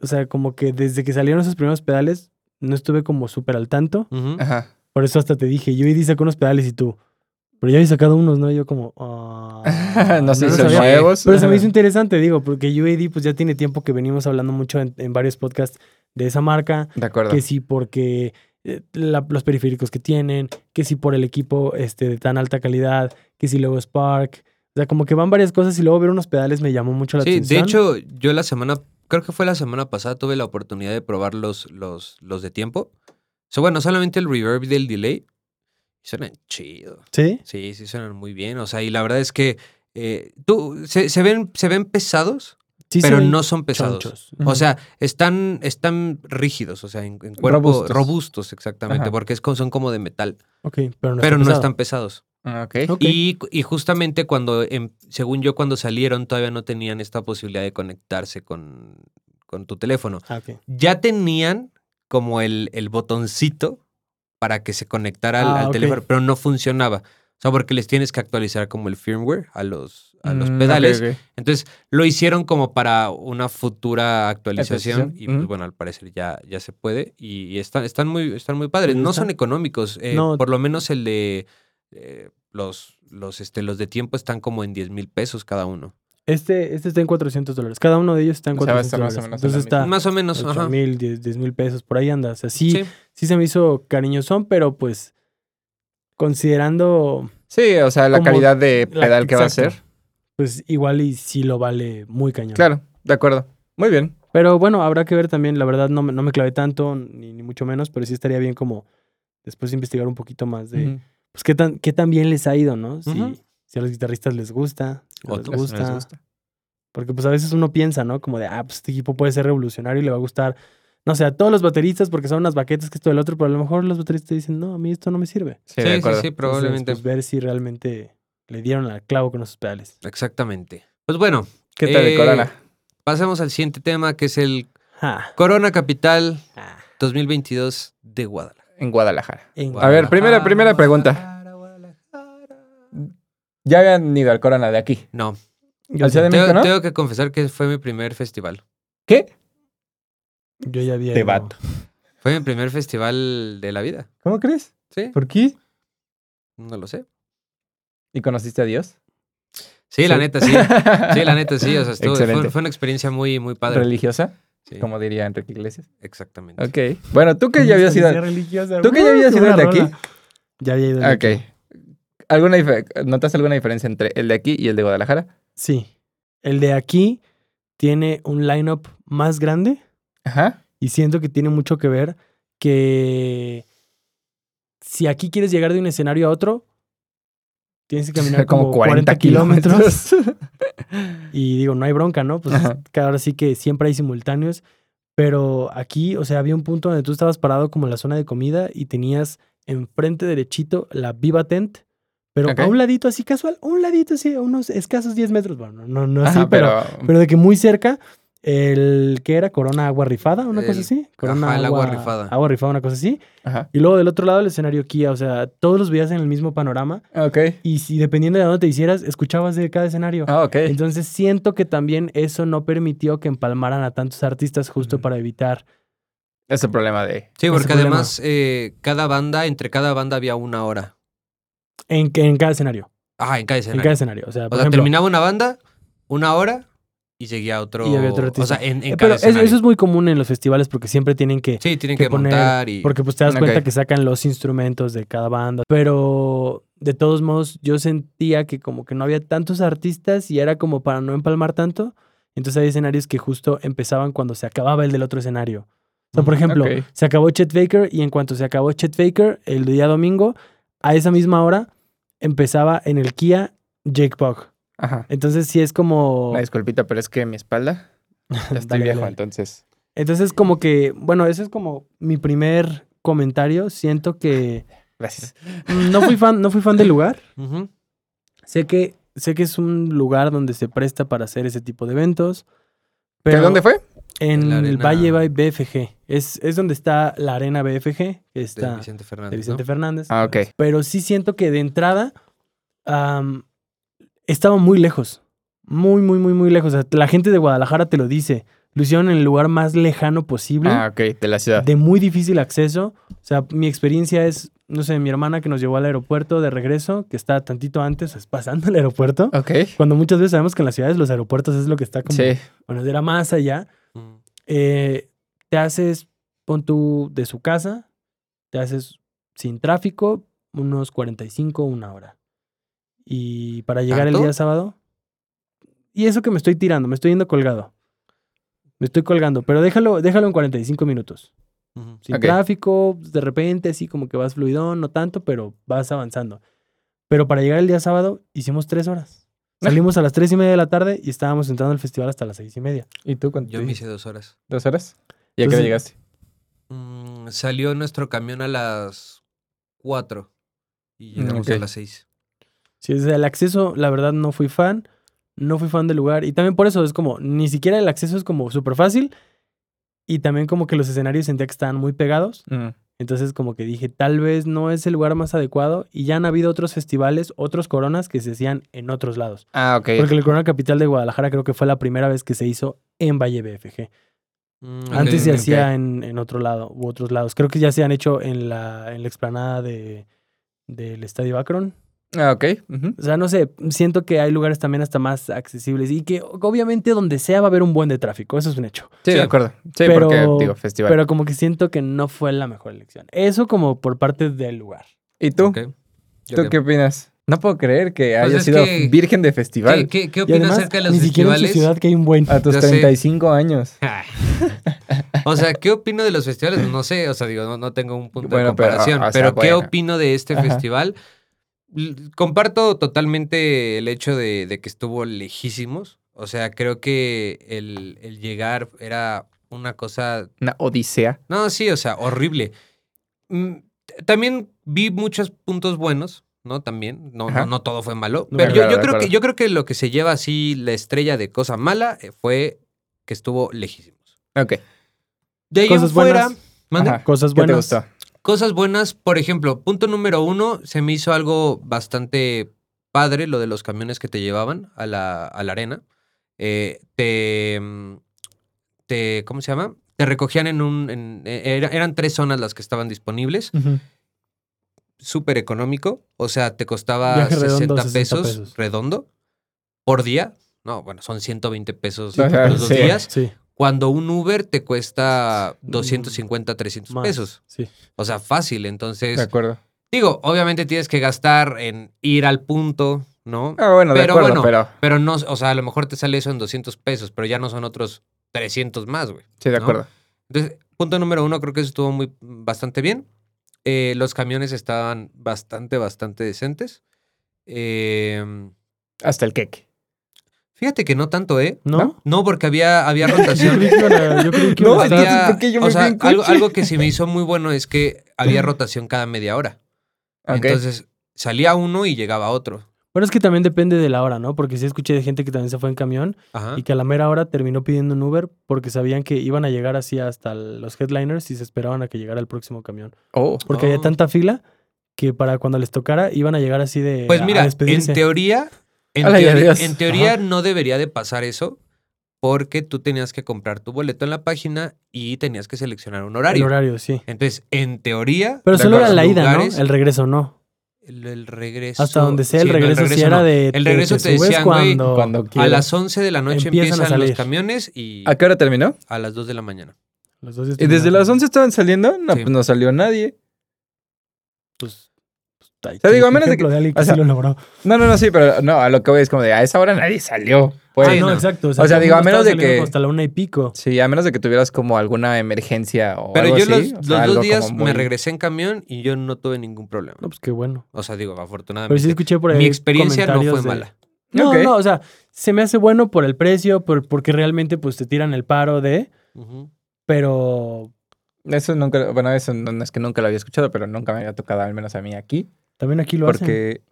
S3: o sea, como que desde que salieron esos primeros pedales, no estuve como súper al tanto.
S1: Ujú.
S2: Ajá.
S3: Por eso hasta te dije, yo di sacó unos pedales y tú, pero ya había sacado unos, ¿no? Y yo como, ah,
S2: no sé
S3: lo
S2: si son
S3: sabía.
S2: nuevos.
S3: Pero se me
S2: Ajá.
S3: hizo interesante, digo, porque UAD pues ya tiene tiempo que venimos hablando mucho en, en varios podcasts de esa marca.
S2: De acuerdo.
S3: que sí porque eh, la- los periféricos que tienen, que sí por el equipo este, de tan alta calidad, que si luego Spark. O sea, como que van varias cosas y luego ver unos pedales me llamó mucho la
S1: Sí, de
S3: atención.
S1: hecho, yo la semana, creo que fue la semana pasada, tuve la oportunidad de probar los, los, los de tiempo. So, bueno, solamente el reverb y el delay. Suenan chido.
S3: Sí.
S1: Sí, sí, suenan muy bien. O sea, y la verdad es que eh, tú, se, se ven, se ven pesados,
S3: Sí se
S1: pero
S3: ven
S1: no son pesados.
S3: chonchos.
S2: Ujú.
S1: O sea, están, están rígidos, o sea, en, en cuerpo
S2: Robustos.
S1: robustos, exactamente,
S2: Ajá.
S1: porque es, como- son como de metal,
S3: Ok, pero no,
S1: pero no
S3: pesado.
S1: están pesados.
S2: Ah, Ok.
S3: Ok.
S1: Y, y justamente cuando, em- según yo, cuando salieron, todavía no tenían esta posibilidad de conectarse con, con tu teléfono.
S3: Ah, ok.
S1: Ya tenían como el, el botoncito para que se conectara al,
S3: Ah,
S1: al
S3: ok.
S1: teléfono, pero no funcionaba. O sea, porque les tienes que actualizar como el firmware a los, a
S3: Mm,
S2: Mm,
S1: los pedales. Entonces, lo hicieron como para una futura actualización.
S2: Actualización,
S1: Y pues,
S2: ujú.
S1: bueno, al parecer ya, ya se puede. Y, y están, están muy, están muy padres.
S3: Me
S1: No
S3: gusta.
S1: son económicos. eh,
S3: No.
S1: Por lo menos el de eh, los, los, este, los de tiempo están como en 10 mil pesos cada uno.
S3: Este, este está en 400 dólares. Cada uno de ellos está en
S2: O sea, va a
S3: 400
S2: estar más
S3: dólares.
S2: o menos
S1: Más o menos,
S2: en la
S3: Entonces está 8
S1: ajá.
S3: Ah, mil, 10 mil pesos. Por ahí anda. O sea, sí, sí.
S1: Sí.
S3: se me hizo cariñosón, pero pues considerando,
S2: Sí, o sea, la
S3: Como
S2: calidad de
S3: la-
S2: pedal que va a
S3: exacto.
S2: ser.
S3: pues igual y sí lo vale muy cañón.
S2: Claro, de acuerdo. Muy bien.
S3: Pero bueno, habrá que ver también, la verdad no, me- no me clavé tanto, ni, ni mucho menos, pero sí estaría bien como después investigar un poquito más de,
S2: Ujú.
S3: pues qué tan, qué tan bien les ha ido, ¿no? Si,
S1: Ujú.
S3: si a los guitarristas les gusta, o les
S1: Otros
S2: Eso
S3: gusta.
S2: nos gusta.
S3: Porque pues a veces uno piensa, ¿no? Como de, ah, pues este equipo puede ser revolucionario y le va a gustar, no sé, a todos los bateristas porque son unas baquetas que esto del otro, pero a lo mejor los bateristas dicen, no, a mí esto no me sirve.
S2: Sí, de
S1: sí, sí,
S2: acuerdo.
S1: sí,
S3: Entonces,
S1: probablemente.
S3: pues, ver si realmente le dieron al clavo con esos pedales.
S1: Exactamente. Pues bueno,
S2: ¿Qué tal el
S1: Eh,
S2: Corona?
S1: pasemos al siguiente tema que es el
S3: Ja.
S1: Corona Capital
S3: Ah.
S1: 2022 de Guadalajara.
S2: En Guadalajara.
S3: En-
S2: A ver, primera-
S1: Guadalajara,
S2: primera pregunta.
S1: Guadalajara, Guadalajara.
S2: Ya habían ido al Corona de aquí.
S1: No,
S2: ¿Al Ciudad de
S1: tengo,
S2: México, no?
S1: tengo que confesar que fue mi primer festival.
S2: ¿Qué?
S3: Yo ya había...
S2: Te
S3: ido.
S2: bato.
S1: Fue mi primer festival de la vida.
S2: ¿Cómo crees?
S1: Sí,
S2: ¿Por qué?
S1: no lo sé.
S2: ¿Y conociste a Dios?
S1: Sí, la
S2: Sí.
S1: neta, sí. Sí, la neta, sí. O sea, estuvo-
S2: Excelente.
S1: fue, fue una experiencia muy, muy padre.
S2: ¿Religiosa?
S1: Sí,
S2: Como diría Enrique Iglesias.
S1: exactamente.
S2: Ok. Bueno, tú que ya habías ido.
S3: Experiencia religiosa.
S2: ¿Tú que ya
S3: Uh,
S2: habías
S3: qué
S2: ido al de
S3: buena
S2: aquí?
S3: rola. Ya había ido. al de aquí.
S2: Ok. ¿Alguna dif- ¿Notaste alguna diferencia entre el de aquí y el de Guadalajara?
S3: Sí. El de aquí tiene un lineup más grande
S2: Ajá.
S3: y siento que tiene mucho que ver que si aquí quieres llegar de un escenario a otro, tienes que caminar como, 40, kilómetros. Y digo, no hay bronca, ¿no? Pues
S2: Ajá.
S3: que ahora sí que siempre hay simultáneos. Pero aquí, o sea, había un punto donde tú estabas parado como en la zona de comida y tenías enfrente derechito la Viva Tent, pero
S2: Ok.
S3: a un ladito así casual, a un ladito así, a unos escasos 10 metros. Bueno, no, no así,
S2: Ajá,
S3: pero,
S2: pero,
S3: pero de que muy cerca, el que era Corona Agua Rifada, una cosa
S1: El-
S3: así. Corona
S1: ajá, el agua rifada.
S3: Agua Rifada, una cosa así.
S2: Ajá.
S3: Y luego del otro lado el escenario Kia, o sea, todos los veías en el mismo panorama
S2: Ok.
S3: y si dependiendo de dónde te hicieras, escuchabas de cada escenario.
S2: Ah, ok.
S3: Entonces siento que también eso no permitió que empalmaran a tantos artistas justo
S2: Ujú.
S3: para evitar.
S2: Es el problema de...
S1: Sí,
S3: ese
S1: porque
S3: problema.
S1: además eh, cada banda, entre cada banda había una hora.
S3: En, que- en cada escenario.
S1: Ah, en cada
S3: En
S1: escenario.
S3: cada escenario. O sea,
S1: O
S3: por
S1: sea,
S3: ejemplo,
S1: terminaba una banda, una hora y seguía otro.
S3: Y había otro
S1: o
S3: artista.
S1: sea, en, en cada
S3: eh, pero eso,
S1: escenario.
S3: eso es muy común en los festivales porque siempre tienen que.
S1: Sí, tienen
S3: que
S1: que,
S3: poner-
S1: montar y.
S3: Porque pues te das cuenta
S2: Ok.
S3: que sacan los instrumentos de cada banda. Pero de todos modos, yo sentía que como que no había tantos artistas y era como para no empalmar tanto. Entonces hay escenarios que justo empezaban cuando se acababa el del otro escenario. O sea, por ejemplo,
S2: ok.
S3: se acabó Chet Baker y en cuanto se acabó Chet Baker, el día domingo, a esa misma hora empezaba en el Kia Jake Bug.
S2: Ajá.
S3: Entonces sí es como...
S2: Una disculpita, pero es que mi espalda... Ya estoy
S3: Oh. Dale,
S2: viejo,
S3: dale.
S2: entonces...
S3: Entonces como que, bueno, ese es como mi primer comentario. Siento que
S2: Gracias.
S3: mm, no fui fan, no fui fan del lugar.
S1: Ujú.
S3: Sé que, sé que es un lugar donde se presta para hacer ese tipo de eventos.
S2: ¿Qué,
S3: Pero
S2: ¿Dónde fue?
S3: En
S1: En la
S3: el
S1: arena-
S3: Valle by BFG. Es, es donde está la arena BFG, que
S1: De
S3: está
S1: Vicente Fernández.
S3: de Vicente
S1: ¿no?
S3: Fernández.
S2: Ah, ok.
S3: Pero sí siento que de entrada am, estaba muy lejos. Muy, muy, muy, muy lejos. O sea, la gente de Guadalajara te lo dice. Lo hicieron en el lugar más lejano posible,
S2: Ah, ok. De la ciudad.
S3: de muy difícil acceso. O sea, mi experiencia es, no sé, mi hermana que nos llevó al aeropuerto de regreso, que está tantito antes, es pasando el aeropuerto.
S2: Ok.
S3: Cuando muchas veces sabemos que en las ciudades los aeropuertos es lo que está como,
S2: Ah. Sí.
S3: bueno, era más allá
S1: Ujú.
S3: eh, te haces, pon tú de su casa, te haces sin tráfico, unos 45, una hora. Y para llegar el
S1: ¿Tanto?
S3: día sábado. Y eso que me estoy tirando, me estoy yendo colgado. Me estoy colgando, pero déjalo, déjalo en 45 minutos.
S1: Mm, Ujú.
S3: Sin
S2: Ok.
S3: tráfico, de repente, así como que vas fluidón, no tanto, pero vas avanzando. Pero para llegar el día sábado hicimos tres horas. Salimos a las tres y media de la tarde y estábamos entrando al festival hasta las seis y media.
S2: ¿Y tú cuánto?
S1: Yo me hice dos horas.
S2: ¿Dos horas? ¿Y a qué
S3: Entonces-
S2: hora llegaste?
S1: Mm, salió nuestro camión a las 4 y
S2: Mm,
S1: llegamos
S2: ok.
S1: a las 6.
S3: Sí, o sea, el acceso, la verdad, no fui fan. No fui fan del lugar. Y también por eso es como, ni siquiera
S1: Mm.
S3: el acceso es como súper fácil. Y también como que los escenarios sentía que estaban muy pegados. Entonces como que dije, tal vez no es el lugar más adecuado y ya han habido otros festivales, otros coronas que se hacían en otros lados.
S2: Ah, ok.
S3: Porque el Corona Capital de Guadalajara creo que fue la primera vez que se hizo en Valle BFG.
S1: Mm,
S3: Antes se
S1: ok.
S2: ok.
S3: hacía en, en otro lado u otros lados. Creo que ya se han hecho en la, en la explanada de, del Estadio Akron.
S2: Ah, ok. ujú.
S3: O sea, no sé, siento que hay lugares también hasta más accesibles y que obviamente donde sea va a haber un buen de tráfico, eso es un hecho.
S2: Sí,
S1: Sí.
S2: de acuerdo. Sí,
S3: Pero-
S2: porque digo, festival.
S3: Pero como que siento que no fue la mejor elección. Eso como por parte del lugar.
S2: ¿Y tú?
S1: Ok. Yo
S2: ¿Tú
S1: qué-
S2: qué opinas? No puedo creer que
S1: Pues
S2: haya
S1: es
S2: sido
S1: que-
S2: virgen de festival
S1: ¿Qué, qué, qué
S3: Y
S1: opinas
S3: además,
S1: acerca de los
S3: ni siquiera en su
S1: festivales?
S3: ciudad que hay un buen.
S2: a tus
S1: Ya sé. Ah.
S2: 35 años.
S1: o sea, ¿qué opino de los festivales? No sé, o sea, digo, no, no tengo un punto
S2: Bueno,
S1: de
S2: pero,
S1: comparación,
S2: o
S1: pero,
S2: sea, bueno.
S1: ¿qué opino de este
S2: Ajá.
S1: festival? L- Comparto totalmente el hecho de, de que estuvo lejísimos. O sea, creo que el, el llegar era una cosa
S2: Una odisea.
S1: no, sí, o sea, horrible. Mm, t- También vi muchos puntos buenos, ¿no? También, no,
S2: Ajá.
S1: no, no todo fue malo.
S3: No,
S1: pero
S2: de
S1: yo,
S2: acuerdo,
S1: yo
S2: de
S1: creo que,
S2: acuerdo.
S1: yo creo que lo que se lleva así la estrella de cosa mala eh, fue que estuvo lejísimos.
S2: Ok.
S1: De ahí en
S3: Cosas
S1: fuera,
S3: buenas.
S1: ¿mande?
S2: Ajá.
S3: Cosas
S2: Ah, ¿Qué te
S3: buenas.
S2: gustó?
S1: cosas buenas, por ejemplo, punto número uno, se me hizo algo bastante padre lo de los camiones que te llevaban a la, a la arena. Eh, te, mm, te, ¿cómo se llama? Te recogían en un, en- e, era- eran tres zonas las que estaban disponibles.
S3: Ujú.
S1: súper económico. O sea, te costaba
S3: Viaje
S1: 60,
S3: redondo, 60
S1: pesos,
S3: pesos.
S1: redondo por día. No, bueno, son 120 pesos
S2: Sí, claro,
S1: los dos
S2: sí.
S1: días.
S3: Sí,
S1: Cuando un Uber te cuesta
S3: Mm,
S1: 250, 300
S3: más,
S1: pesos.
S3: Sí.
S1: O sea, fácil.
S2: De
S1: Entonces,
S2: acuerdo.
S1: digo, obviamente tienes que gastar en ir al punto, ¿no?
S2: Ah, bueno, de
S1: Pero
S2: acuerdo,
S1: bueno.
S2: pero
S1: Pero no, o sea, a lo mejor te sale eso en 200 pesos, pero ya no son otros 300 más, güey.
S2: sí, de
S1: ¿no?
S2: acuerdo.
S1: Entonces, punto número uno, creo que eso estuvo muy bastante bien. Eh, los camiones estaban bastante, bastante decentes. Eh,
S2: Hasta el queque.
S1: fíjate que no tanto, ¿eh?
S3: ¿No?
S1: No, porque había, había
S3: Yo
S1: rotación.
S3: creí que iban a- yo creí que
S2: No,
S3: iban a estar-
S2: entonces,
S1: Había-
S2: ¿por qué yo me
S1: o
S2: fui
S1: sea,
S2: en coche?
S1: algo, algo que se me hizo muy bueno es que había rotación cada media hora.
S2: Ok.
S1: Entonces, salía uno y llegaba otro.
S3: Bueno, es que también depende de la hora, ¿no? Porque sí escuché de gente que también se fue en camión
S1: Ajá.
S3: y que a la mera hora terminó pidiendo un Uber porque sabían que iban a llegar así hasta el- los headliners y se esperaban a que llegara el próximo camión.
S2: oh,
S3: Porque
S1: Oh.
S3: había tanta fila que para cuando les tocara iban a llegar así de
S1: Pues
S3: a- a
S1: mira, en
S3: despedirse.
S1: teoría, en
S2: Ay,
S1: teoría,
S2: adiós.
S1: en teoría no debería de pasar eso porque tú tenías que comprar tu boleto en la página y tenías que seleccionar un horario.
S3: El horario, sí.
S1: Entonces, en teoría,
S3: Pero
S2: De
S3: solo era
S2: acuerdo.
S3: la ida,
S1: Lugares-
S3: ¿no? El regreso no.
S1: el, el regreso.
S3: Hasta donde sea,
S1: sí,
S3: el
S1: no,
S3: regreso, sí era
S1: no.
S3: de...
S1: El regreso te
S3: subes
S1: decían, güey,
S3: cuando...
S2: cuando
S1: A
S2: quieras.
S1: las 11 de la noche
S3: Empiezan
S1: empiezan,
S3: a
S1: los
S3: salir.
S1: camiones y Pues
S2: ¿A qué hora terminó?
S1: a las 2 de la mañana.
S3: los dos días
S2: ¿Y Eh, desde
S3: terminaron.
S2: las 11 estaban saliendo? No,
S1: Sí.
S2: pues no salió nadie.
S3: Pues, pues, ahí
S2: sea, digo, a
S3: tienes un
S2: menos de
S3: ejemplo
S2: que-
S3: alguien
S2: o sea,
S3: sí lo logró.
S2: No, no, no, sí, pero no, a lo que voy es como de a esa hora nadie salió. Pues,
S3: ah,
S1: Sí,
S3: no,
S1: no.
S3: exacto.
S2: O sea,
S3: todo el
S2: digo, a
S3: mundo
S2: menos
S3: estaba
S2: de
S3: saliendo
S2: que-
S3: como Hasta la una y pico.
S2: Sí, a menos de que tuvieras como alguna emergencia o
S1: Pero
S2: algo
S1: yo
S2: así,
S1: los,
S2: o sea,
S1: los
S2: algo
S1: dos días
S2: como muy-
S1: me regresé en camión y yo no tuve ningún problema.
S3: No, pues qué bueno.
S1: O sea, digo,
S3: Pero sí
S1: afortunadamente.
S3: escuché por ahí
S1: mi experiencia no fue
S3: comentarios de-
S1: mala.
S3: No,
S2: Ok.
S3: no, o sea, se me hace bueno por el precio, por, porque realmente pues te tiran el paro de,
S1: Ujú.
S3: pero
S2: Eso nunca, bueno, eso no, no es que nunca lo había escuchado, pero nunca me había tocado, al menos a mí aquí.
S3: también aquí lo hacen.
S2: Porque.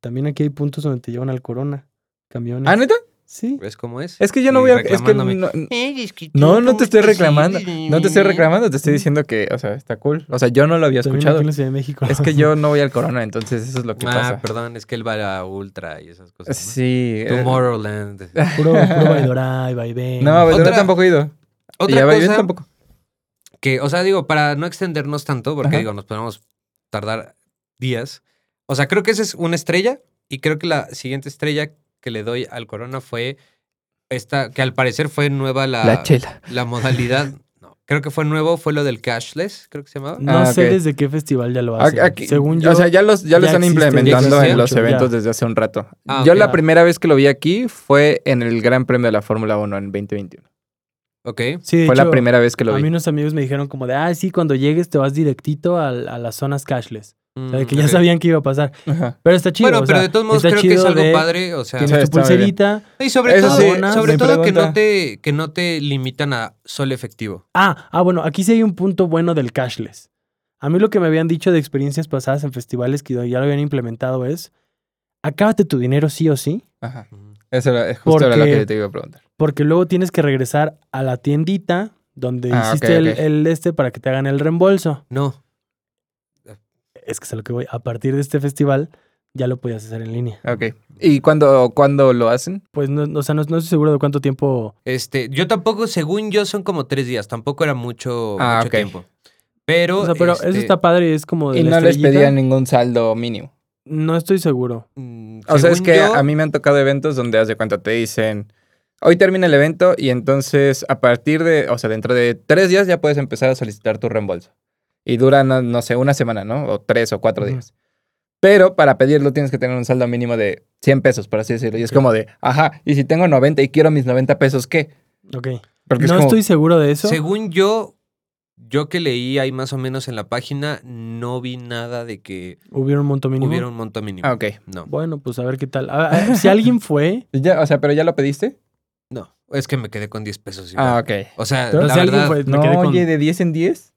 S3: También aquí hay puntos donde te llevan al corona, camiones.
S2: ¿Ah, neta?
S3: Sí.
S1: ¿Ves cómo es?
S2: Es que yo no
S1: Y
S2: voy a. Es que no,
S1: reclamándome.
S2: no, no te estoy reclamando. No te estoy reclamando, te estoy diciendo que, o sea, está cool. O sea, yo no lo había
S3: También
S2: escuchado.
S3: aquí en la Ciudad de México.
S2: Es que yo no voy al corona, entonces eso es lo que
S1: ah,
S2: pasa.
S1: perdón, es que él va a Ultra y esas cosas. ¿no?
S2: Sí. eh,
S1: Tomorrowland.
S3: Puro, puro Vaidorá, vaivén.
S2: No, pues, yo
S1: Otra-
S2: tampoco he ido. y a
S1: Otra
S2: Bayonet
S1: cosa
S2: tampoco.
S1: que, o sea, digo, para no extendernos tanto, porque
S2: Ajá.
S1: digo, nos podemos tardar días. O sea, creo que esa es una estrella y creo que la siguiente estrella que le doy al Corona fue esta, que al parecer fue nueva la,
S2: La chela.
S1: la modalidad. No, creo que fue nuevo, fue lo del cashless, creo que se llamaba.
S3: No
S2: Ah,
S3: sé
S2: ok.
S3: desde qué festival ya lo
S2: Ah,
S3: hacen.
S2: aquí-
S3: Según yo,
S2: o sea, ya, los, ya, lo
S3: ya
S2: están
S3: existe, ya
S2: implementando
S1: existe
S2: en los
S3: mucho,
S2: eventos
S3: ya.
S2: desde hace un rato.
S1: Ah,
S2: Yo
S1: ok.
S2: la primera vez que lo vi aquí fue en el Gran Premio de la Fórmula 1 en 2021.
S1: Ok.
S3: sí, de
S2: fue la
S3: hecho,
S2: primera vez que lo
S3: A
S2: vi.
S3: mí unos amigos me dijeron como de, ah, sí, cuando llegues te vas directito al- a, las zonas cashless. O sea, de que
S1: Mm,
S3: ya
S1: ok.
S3: sabían que iba a pasar.
S2: Ajá.
S3: Pero está chido.
S1: Bueno,
S3: o
S1: pero
S3: sea,
S1: de todos modos
S3: está
S1: creo que es
S3: chido
S1: algo
S3: de-
S1: padre, o sea,
S2: Sí,
S3: Tienes tu
S2: está muy bien.
S3: pulserita.
S1: y sobre
S2: Eso
S1: todo, ¿ah?
S2: sí,
S1: sobre
S2: mi
S1: todo que
S2: pregunta.
S1: no te que no te limitan a solo efectivo.
S3: Ah, ah, bueno, aquí sí hay un punto bueno del cashless. A mí lo que me habían dicho de experiencias pasadas en festivales que ya lo habían implementado es, acábate tu dinero sí o sí,
S2: Ajá. Eso era, es justo
S3: Porque-
S2: era lo que te iba a preguntar.
S3: porque luego tienes que regresar a la tiendita donde
S2: Ah,
S3: hiciste
S2: ok,
S3: el-
S2: ok.
S3: El, este para que te hagan el reembolso.
S1: No.
S3: Es que es a lo que voy. A partir de este festival ya lo podías hacer en línea.
S2: Ok. ¿Y cuándo, cuándo lo hacen?
S3: Pues no, no- o sea, no, no estoy seguro de cuánto tiempo.
S1: Este, yo tampoco, según yo, son como tres días. Tampoco era mucho,
S2: Ah,
S1: mucho
S2: ok.
S1: tiempo. Pero,
S3: O sea, pero eso
S1: este,
S3: está padre y es como de
S2: Y
S3: la
S2: no les
S3: estrellita.
S2: pedían ningún saldo mínimo.
S3: No estoy seguro.
S1: mm,
S2: O sea, es
S1: según
S2: que
S1: yo,
S2: a mí me han tocado eventos donde haz de cuenta te dicen, hoy termina el evento y entonces a partir de, o sea, dentro de tres días ya puedes empezar a solicitar tu reembolso. Y dura, no, no sé, una semana, ¿no? O tres o cuatro
S3: Ujú.
S2: días. Pero para pedirlo tienes que tener un saldo mínimo de 100 pesos, por así decirlo. Y es
S3: Ok.
S2: como de, ajá, y si tengo 90 y quiero mis 90 pesos, ¿qué?
S3: Ok.
S2: Porque es
S3: no
S2: como-
S3: estoy seguro de eso.
S1: Según yo, yo que leí ahí más o menos en la página, no vi nada de que
S3: Hubiera un monto mínimo.
S1: hubiera un monto mínimo.
S2: Ah, ok.
S1: No,
S3: Bueno, pues a ver qué tal. A- a- si alguien fue,
S2: Ya, o sea, ¿pero ya lo pediste?
S1: no. Es que me quedé con 10 pesos.
S2: Ah,
S1: igual.
S2: ok.
S1: O sea,
S3: pero
S1: la
S3: si alguien
S1: verdad,
S3: fue, Pues me
S2: No,
S3: quedé con-
S2: oye, ¿de 10 en Pues 10?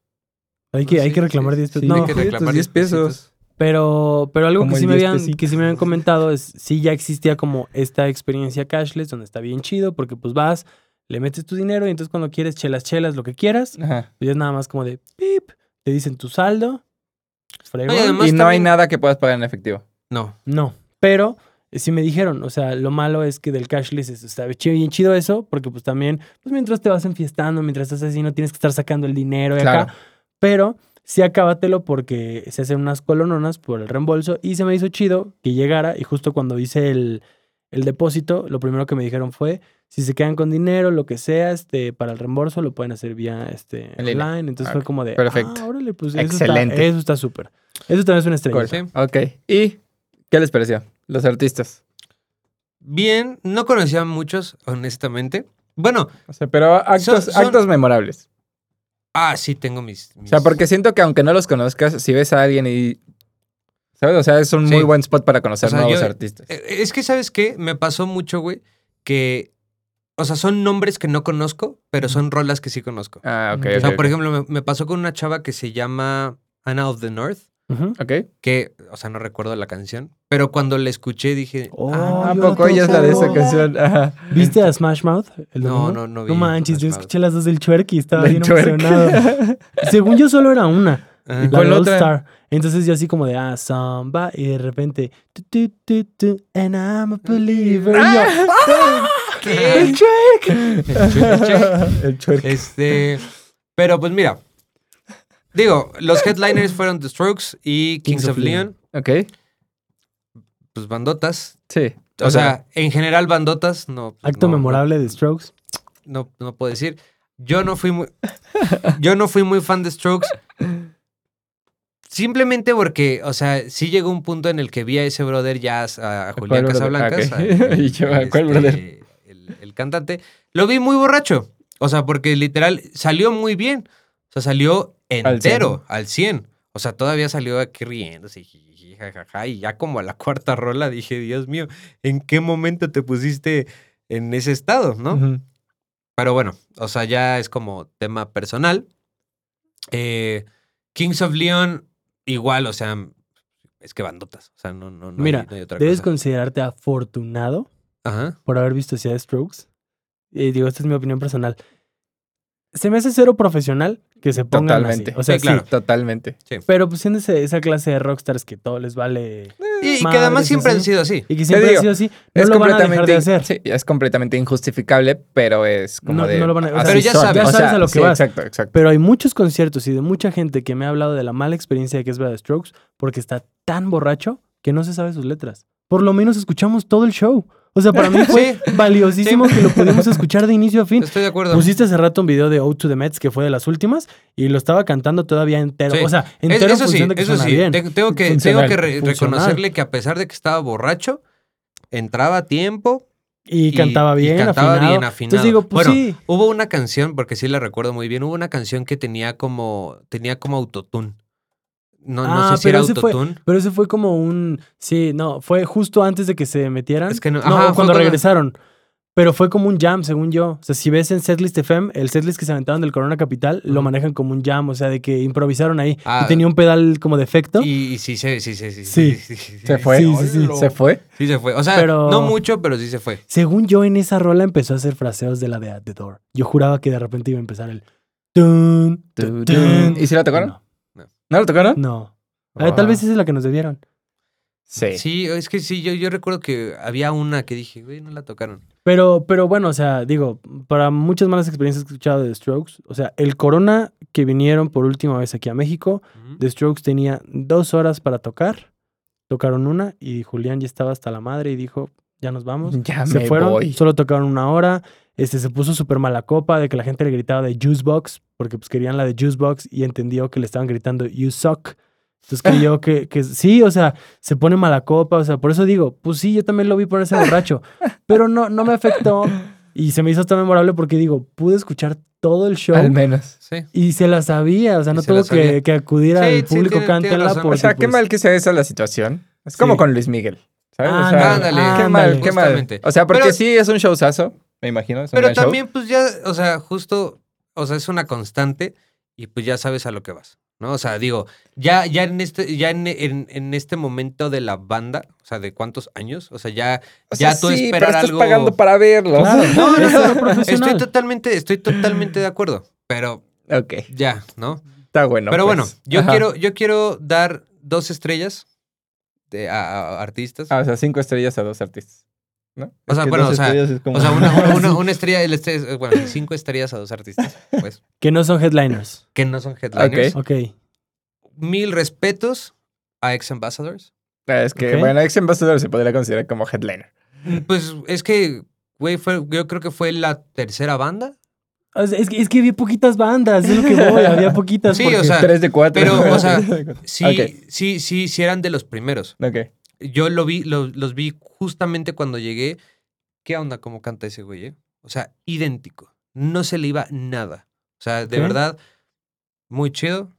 S3: hay que,
S1: no,
S3: hay
S1: sí,
S3: que reclamar
S1: sí,
S3: 10 pesos.
S2: sí,
S3: no,
S1: hay que
S2: joder,
S1: reclamar
S2: tus 10 pesos.
S3: Pero, pero algo
S2: Como
S3: que sí,
S2: el
S3: me
S2: 10
S3: habían,
S2: pesito.
S3: que sí me habían comentado es sí ya existía como esta experiencia cashless donde está bien chido porque pues vas, le metes tu dinero y entonces cuando quieres chelas, chelas, lo que quieras,
S2: Ajá.
S3: y es nada más como de pip, te dicen tu saldo, fregón.
S1: Oye, además-
S2: Y no hay
S1: también-
S2: nada que puedas pagar en efectivo.
S1: No.
S3: No, pero eh, sí me dijeron, o sea, lo malo es que del cashless es- está chido, bien chido eso porque pues también, pues mientras te vas enfiestando, mientras estás así, no tienes que estar sacando el dinero de acá.
S2: Claro.
S3: Pero sí acábatelo porque se hacen unas colononas por el reembolso y se me hizo chido que llegara y justo cuando hice el, el depósito, lo primero que me dijeron fue, si se quedan con dinero, lo que sea, este, para el reembolso lo pueden hacer vía este,
S2: En
S3: online.
S2: línea.
S3: Entonces
S2: Ah,
S3: fue
S2: ok.
S3: como de,
S2: Perfecto.
S3: ah, órale, pues eso está-
S2: Excelente.
S3: eso está súper. Eso también es una estrella.
S2: Cool.
S1: Sí.
S2: Ok. ¿Y qué les pareció? Los artistas.
S1: Bien, no conocía a muchos, honestamente. Bueno,
S2: O sea, pero actos,
S1: Son- son-
S2: actos memorables.
S1: ah, sí, tengo mis.
S2: O sea,
S1: mis-
S2: porque siento que aunque no los conozcas, si ves a alguien y. ¿Sabes? O sea, es un muy
S1: Sí.
S2: buen spot para conocer
S1: O sea,
S2: nuevos
S1: yo-
S2: artistas.
S1: Eh, Es que, ¿sabes qué? Me pasó mucho, güey, que. O sea, son nombres que no conozco, pero son rolas que sí conozco.
S2: Ah, ok.
S3: Ya,
S1: O
S2: ok,
S1: sea, por
S2: ok.
S1: ejemplo, me, me pasó con una chava que se llama Anna of the North,
S3: Ujú.
S2: Ok.
S1: que, o sea, no recuerdo la canción, pero cuando la escuché dije,
S3: Oh,
S1: ah,
S2: Ah, ¿a
S3: yo
S2: poco ella es la de esa
S3: tampoco.
S2: canción. Ajá.
S3: ¿Viste a Smash Mouth? el
S1: no,
S3: domingo?
S1: no, no vi.
S3: No manches, yo
S1: Smash Mouth.
S3: escuché las dos del Chuerk y estaba
S2: La
S3: bien
S2: Twerk.
S3: emocionado. Según yo solo era una.
S1: Ah,
S3: La
S2: ¿Cuál
S3: de All
S2: otra?
S3: Star. Entonces yo así como de, ah, samba, y de repente, tu, tu, tu, tu, and I'm a believer. Y
S1: Ah,
S3: yo, "Ah,
S1: ¿qué?
S2: El chuerco.
S1: este, pero pues mira, digo, los headliners fueron The Strokes y Kings, of, Leon,
S2: Ok.
S1: pues bandotas.
S2: Sí.
S1: O, sea, en general bandotas, no. pues,
S3: Acto
S1: no, no,
S3: memorable de Strokes.
S1: no, no puedo decir. Yo no fui muy. Yo no fui muy fan de Strokes. Simplemente porque, o sea, sí llegó un punto en el que vi a ese brother ya a, a Julián
S2: brother?
S1: Casablancas.
S2: Ah, ok.
S1: al-
S2: Y yo,
S1: al,
S2: ¿cuál brother?
S1: El, el cantante. Lo vi muy borracho. O sea, porque literal salió muy bien. O sea, salió entero, al 100. O sea, todavía salió aquí riéndose, jiji, jajaja, y ya como a la cuarta rola dije, Dios mío, ¿en qué momento te pusiste en ese estado, no?
S2: Ujú.
S1: Pero bueno, o sea, ya es como tema personal. Eh, Kings of Leon, igual, o sea, es que bandotas. O sea, no, no, no. hay-
S3: Mira,
S1: no hay otra
S3: Debes
S1: cosa.
S3: considerarte afortunado
S1: Ajá.
S3: por haber visto Ciudad de Strokes. Eh, digo, esta es mi opinión personal. Se me hace cero profesional que se pongan así.
S2: Totalmente.
S3: O sea,
S1: Sí, claro.
S3: sí.
S2: Totalmente.
S3: Pero pues siendo ese- esa clase de rockstars que todo les vale
S2: Eh,
S1: Y, y que
S3: madres,
S1: además siempre
S3: así.
S1: han sido así.
S3: y que siempre
S2: digo,
S3: ha sido así, no lo van a dejar de
S2: in-
S3: hacer.
S2: sí, es completamente injustificable, pero es como
S3: No-
S2: de.
S3: no lo van a- o sea,
S2: así
S1: Pero ya
S2: son.
S1: sabes.
S2: O
S3: Ya sabes
S2: sea,
S3: a lo que
S2: sí,
S3: vas.
S2: Exacto, exacto.
S3: Pero hay muchos conciertos y de mucha gente que me ha hablado de la mala experiencia que es ver a Strokes porque está tan borracho que no se sabe sus letras. Por lo menos escuchamos todo el show. O sea, para mí fue valiosísimo que lo pudimos escuchar de inicio a fin.
S1: Estoy de acuerdo.
S3: Pusiste hace rato un video de Out to the Mets que fue de las últimas y lo estaba cantando todavía entero.
S1: Sí.
S3: O sea,
S1: Es-
S3: entero en
S1: eso sí,
S3: función de que
S1: eso
S3: suena
S1: sí.
S3: bien.
S1: Te- Tengo que, tengo
S2: Funcional.
S1: que re-
S3: Funcional.
S1: reconocerle que a pesar de que estaba borracho, entraba a tiempo.
S3: Y, cantaba bien,
S1: y cantaba
S3: afinado.
S1: bien afinado.
S3: Entonces digo, pues
S1: bueno,
S3: sí.
S1: hubo una canción, porque sí la recuerdo muy bien, hubo una canción que tenía como, tenía como autotune. No, no
S3: Ah,
S1: sé si era
S3: pero ese fue-
S1: autotune.
S3: Pero ese fue como un. Sí, no, fue justo antes de que se metieran.
S1: Es que no-
S3: no,
S1: ajá, fue
S3: cuando,
S1: cuando-
S3: regresaron. Pero fue como un jam, según yo. O sea, si ves en Setlist FM, el setlist que se aventaron del Corona Capital lo
S1: Ujú.
S3: manejan como un jam, o sea, de que improvisaron ahí.
S1: Ah.
S3: y tenía un pedal como defecto.
S1: Y, y sí, se- sí, sí, sí,
S3: Sí.
S1: sí, sí,
S2: Se fue.
S3: Sí, sí, sí.
S2: Se fue.
S1: Sí se fue. O sea,
S3: Pero-
S1: no mucho, pero sí se fue.
S3: Según yo, en esa rola empezó a hacer fraseos de la de At The Door. Yo juraba que de repente iba a empezar el. Dun,
S2: Tu, dun.
S3: dun, dun.
S2: ¿Y si la tocaron?
S3: No.
S2: ¿No la tocaron?
S3: no. Eh, tal vez esa es la que nos debieron.
S2: Sí.
S1: Sí, es que sí, yo, yo recuerdo que había una que dije, güey, no la tocaron.
S3: Pero, pero bueno, o sea, digo, para muchas malas experiencias que he escuchado de The Strokes, o sea, el Corona que vinieron por última vez aquí a México,
S1: Ujú.
S3: The Strokes tenía dos horas para tocar, tocaron una y Julián ya estaba hasta la madre y dijo, ya nos vamos.
S2: Ya
S3: se
S2: me
S3: fueron,
S2: voy.
S3: solo tocaron una hora. Este, se puso súper mala copa de que la gente le gritaba de Juice Box, porque pues querían la de Juice Box y entendió que le estaban gritando You Suck. Entonces creyó que, que sí, o sea, se pone mala copa, o sea, por eso digo, pues sí, yo también lo vi ponerse borracho, pero no, no me afectó y se me hizo tan memorable porque digo, pude escuchar todo el show
S2: Al menos.
S1: Sí.
S3: y se la sabía, o sea,
S1: Y
S3: no
S1: se la
S3: tuvo que,
S1: sabía.
S3: que acudir
S1: Sí, sí,
S3: al público
S1: tiene- tiene
S3: cántela
S1: razón.
S3: porque,
S2: O sea, qué
S3: pues,
S2: mal que sea esa la situación. Es como
S3: Sí.
S2: con Luis Miguel. ¿sabes? O
S3: Ándale,
S2: sea,
S1: ándale,
S2: Qué mal,
S3: ándale.
S2: qué mal.
S1: Justamente.
S2: O sea, porque
S1: Pero-
S2: sí es un showzazo, me imagino. es un
S1: Pero
S2: gran show.
S1: también, pues ya, o sea, justo, o sea, es una constante y pues ya sabes a lo que vas, ¿no? O sea, digo, ya, ya en este, ya en, en- en este momento de la banda, o sea, de cuántos años, o sea, ya,
S2: O sea,
S1: ya tú
S2: sí,
S1: esperar
S2: pero
S1: algo-
S2: estás pagando para verlo.
S3: Claro,
S1: No, no,
S3: es
S1: no.
S3: algo profesional.
S1: estoy totalmente, estoy totalmente de acuerdo, pero
S2: Ok,
S1: ya, ¿no?
S2: está bueno.
S1: pero
S2: pues.
S1: bueno, yo
S2: Ajá.
S1: quiero, yo quiero dar dos estrellas de, a, a artistas.
S2: Ah, o sea, cinco estrellas a dos artistas. ¿no?
S1: O sea,
S2: que
S1: bueno,
S2: dos
S1: o sea,
S2: estrellas es como-
S1: o sea, una, una- una- una estrella, el este- bueno, cinco estrellas a dos artistas, pues,
S3: que no son headliners.
S1: que no son headliners.
S3: Ok,
S1: Mil respetos a ex ambassadors.
S2: Ah, Es que,
S3: Ok.
S2: bueno, Ex Ambassador se podría considerar como headliner.
S1: Mm, Pues es que, güey, fue- yo creo que fue la tercera banda.
S3: O sea, es, que, es que había poquitas bandas, es lo que voy, había poquitas.
S1: Sí,
S3: porque-
S1: o sea,
S2: Tres de cuatro.
S1: pero, o sea, Sí,
S2: Ok.
S1: sí, sí, sí eran de los primeros.
S2: Ok.
S1: Yo lo vi, lo- los vi justamente cuando llegué. ¿Qué onda cómo canta ese güey? eh? O sea, idéntico. No se le iba nada. O sea, de
S3: Ok.
S1: verdad, muy chido.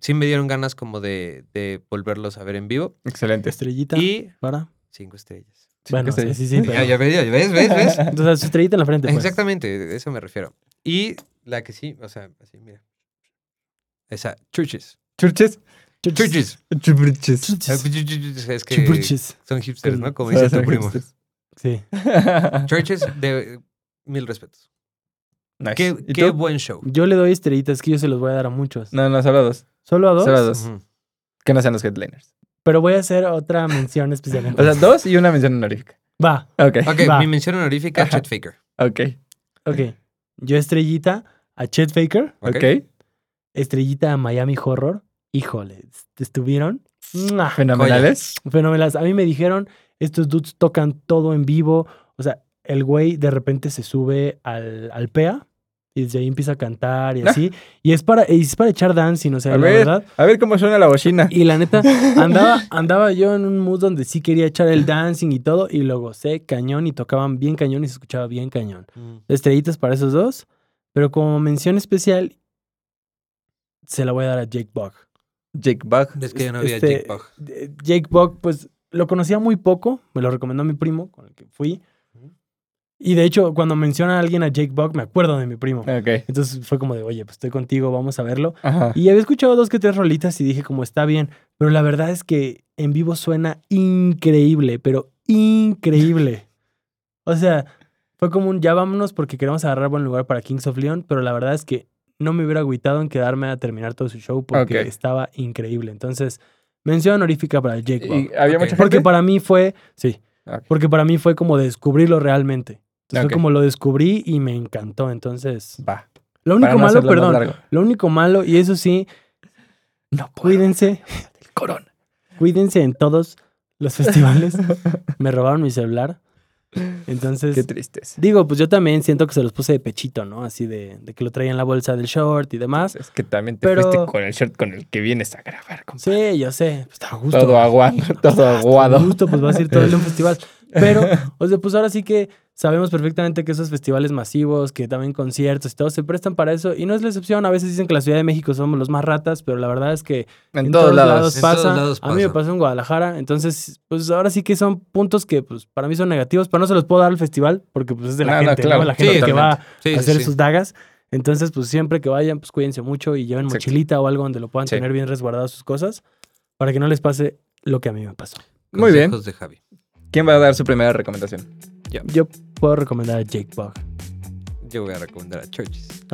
S1: Sí me dieron ganas como de, de volverlos a ver en vivo.
S2: Excelente.
S3: estrellita
S1: Y
S3: para.
S1: cinco estrellas.
S3: Bueno, sí,
S2: estrellas.
S3: sí, sí.
S1: Ya,
S3: pero-
S1: ya ves, ya ves, ves, ves.
S3: O sea, su estrellita en la frente. pues.
S1: Exactamente, de eso me refiero. Y la que sí, o sea, así, mira. Esa, churches.
S2: Churches.
S3: Churches.
S1: Churches. Ah, pues,
S2: Churches.
S3: Churches.
S1: Es que
S3: Churches.
S1: son hipsters, ¿no? Como
S2: Ah,
S1: dice
S2: son
S1: tu primo.
S2: hipsters.
S3: Sí.
S1: Churches, de mil respetos.
S2: Nice.
S1: Qué,
S2: ¿Y
S1: qué
S2: tú?
S1: buen show.
S3: Yo le doy estrellitas que yo se los voy a dar a muchos.
S2: No, no, solo dos.
S3: ¿Solo a dos?
S2: Solo dos.
S1: Ujú.
S2: Que no sean los headliners.
S3: Pero voy a hacer otra mención especial.
S2: O sea,
S3: entonces.
S2: dos y una mención honorífica.
S3: Va,
S2: Ok.
S1: Ok,
S3: Va.
S1: mi mención honorífica,
S2: Ajá.
S1: Chet Faker.
S2: Ok.
S3: ok. Yo estrellita a Chet Faker,
S1: Ok.
S2: Ok.
S3: estrellita a Miami Horror. Híjole, estuvieron ¡mua!
S2: Fenomenales.
S3: fenomenales. A mí me dijeron, estos dudes tocan todo en vivo. O sea, el güey de repente se sube al, al PEA y desde ahí empieza a cantar y así. y es para, y es para echar dancing, o sea,
S2: Ah. A
S3: la
S2: ver.
S3: verdad.
S2: A ver cómo suena la bocina.
S3: Y la neta, andaba, andaba yo en un mood donde sí quería echar el dancing y todo, y lo gocé cañón y tocaban bien cañón y se escuchaba bien cañón.
S1: Mm.
S3: Estrellitas para esos dos, pero como mención especial, se la voy a dar a Jake Bug.
S2: Jake Bug.
S1: Es que yo no vi
S3: Este,
S1: a Jake Bug.
S3: de- Jake Bug, pues lo conocía muy poco, me lo recomendó mi primo con el que fui.
S1: Ujú.
S3: Y de hecho, cuando menciona a alguien a Jake Bug, me acuerdo de mi primo.
S2: Ok.
S3: Entonces fue como de, oye, pues estoy contigo, vamos a verlo.
S2: Ajá.
S3: Y había escuchado dos que tres rolitas y dije como está bien, pero la verdad es que en vivo suena increíble, pero increíble. O sea, fue como un ya vámonos porque queremos agarrar buen lugar para Kings of Leon, pero la verdad es que no me hubiera agüitado en quedarme a terminar todo su show porque
S2: Ok.
S3: estaba increíble. Entonces, mención honorífica para Jake Bauer.
S2: ¿Y había
S1: Ok.
S2: mucha gente?
S3: Porque para mí fue, sí,
S2: Ok.
S3: porque para mí fue como descubrirlo realmente. Entonces
S2: Ok.
S3: fue como lo descubrí y me encantó. Entonces,
S2: Va. Para
S3: lo único
S2: no
S3: malo,
S2: hacerlo más
S3: perdón,
S2: largo.
S3: lo único malo, y eso sí, no cuídense,
S2: El corona.
S3: cuídense en todos los festivales. Me robaron mi celular.
S2: Qué
S3: Entonces,
S2: tristeza.
S3: digo, pues yo también siento que se los puse de pechito, ¿no? Así de, de que lo traía en la bolsa del short y demás.
S2: Es que también te
S3: Pero-
S2: fuiste con el shirt con el que vienes a grabar. compa.
S3: Sí, yo sé, pues, estaba a gusto.
S2: Todo aguado, todo
S3: Justo,
S2: aguado.
S3: pues vas a ir todo el día a un festival. Pero, o sea, pues ahora sí que sabemos perfectamente que esos festivales masivos, que también conciertos y todo, se prestan para eso. Y no es la excepción. A veces dicen que la Ciudad de México somos los más ratas, pero la verdad es que
S2: En, todos lados.
S1: En
S3: pasa.
S1: todos lados
S3: A mí me
S1: pasa.
S3: pasó en Guadalajara. Entonces, pues ahora sí que son puntos que pues para mí son negativos, pero no se los puedo dar al festival porque pues es de la
S2: No, no,
S3: gente, ¿no?
S2: claro,
S3: La gente que va
S2: totalmente.
S1: Sí,
S3: a
S1: sí,
S3: hacer
S1: sí.
S3: sus dagas. Entonces, pues siempre que vayan, pues cuídense mucho y lleven
S2: Exacto.
S3: mochilita o algo donde lo puedan
S2: Sí.
S3: tener bien resguardadas sus cosas para que no les pase lo que a mí me pasó.
S2: Muy bien.
S1: Consejos de Javi.
S2: ¿Quién va a dar su primera recomendación?
S3: Yo puedo recomendar a Jake Bug.
S1: yo voy a recomendar a Churches.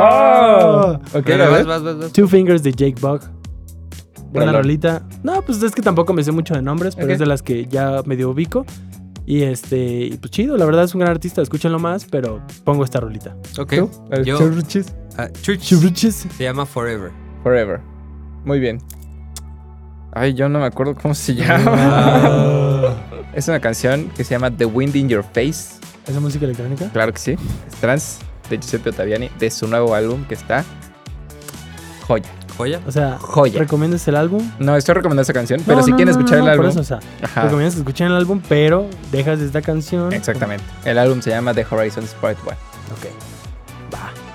S3: ¡Ah!
S2: Ok,
S1: Pero
S2: a
S1: vas,
S2: ver.
S1: vas, vas, vas.
S3: Two Fingers de Jake Bug. Buena
S2: Rolón.
S3: rolita. No, pues es que tampoco me sé mucho de nombres, pero
S2: Ok.
S3: es de las que ya medio ubico. Y este, y pues chido, la verdad es un gran artista, escúchenlo más, pero pongo esta rolita.
S1: Ok.
S2: ¿Tú? A ver,
S1: Yo-
S2: Churches
S1: Ah, Churches.
S3: Churches.
S1: Se llama Forever.
S2: Forever. Muy bien. Ay, yo no me acuerdo cómo se llama.
S3: Ah.
S2: es una canción que se llama The Wind in Your Face.
S3: ¿Esa música electrónica?
S2: Claro que sí. Es trans de Giuseppe Ottaviani, de su nuevo álbum que está joya.
S1: Joya.
S3: O sea,
S2: Joya.
S3: ¿recomiendas el álbum?
S2: No, estoy recomendando esa canción, pero
S3: No,
S2: si
S3: no,
S2: quieren
S3: no, no,
S2: escuchar
S3: no,
S2: el álbum.
S3: Por eso, o sea,
S2: Ajá.
S3: recomiendas que escuchen el álbum, pero dejas esta canción.
S2: Exactamente. El álbum se llama The Horizons Part 1.
S3: Ok.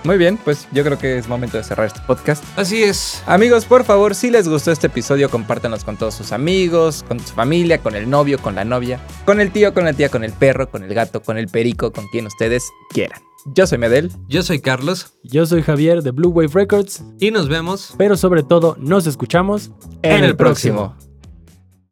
S2: Muy bien, pues yo creo que es momento de cerrar este podcast.
S1: Así es.
S2: Amigos, por favor, si les gustó este episodio, compártanos con todos sus amigos, con su familia, con el novio, con la novia, con el tío, con la tía, con el perro, con el gato, con el perico, con quien ustedes quieran. Yo soy Medel.
S1: Yo soy Carlos
S3: Yo soy Javier de Blue Wave Records,
S1: y nos vemos
S3: pero sobre todo nos escuchamos
S1: En el próximo.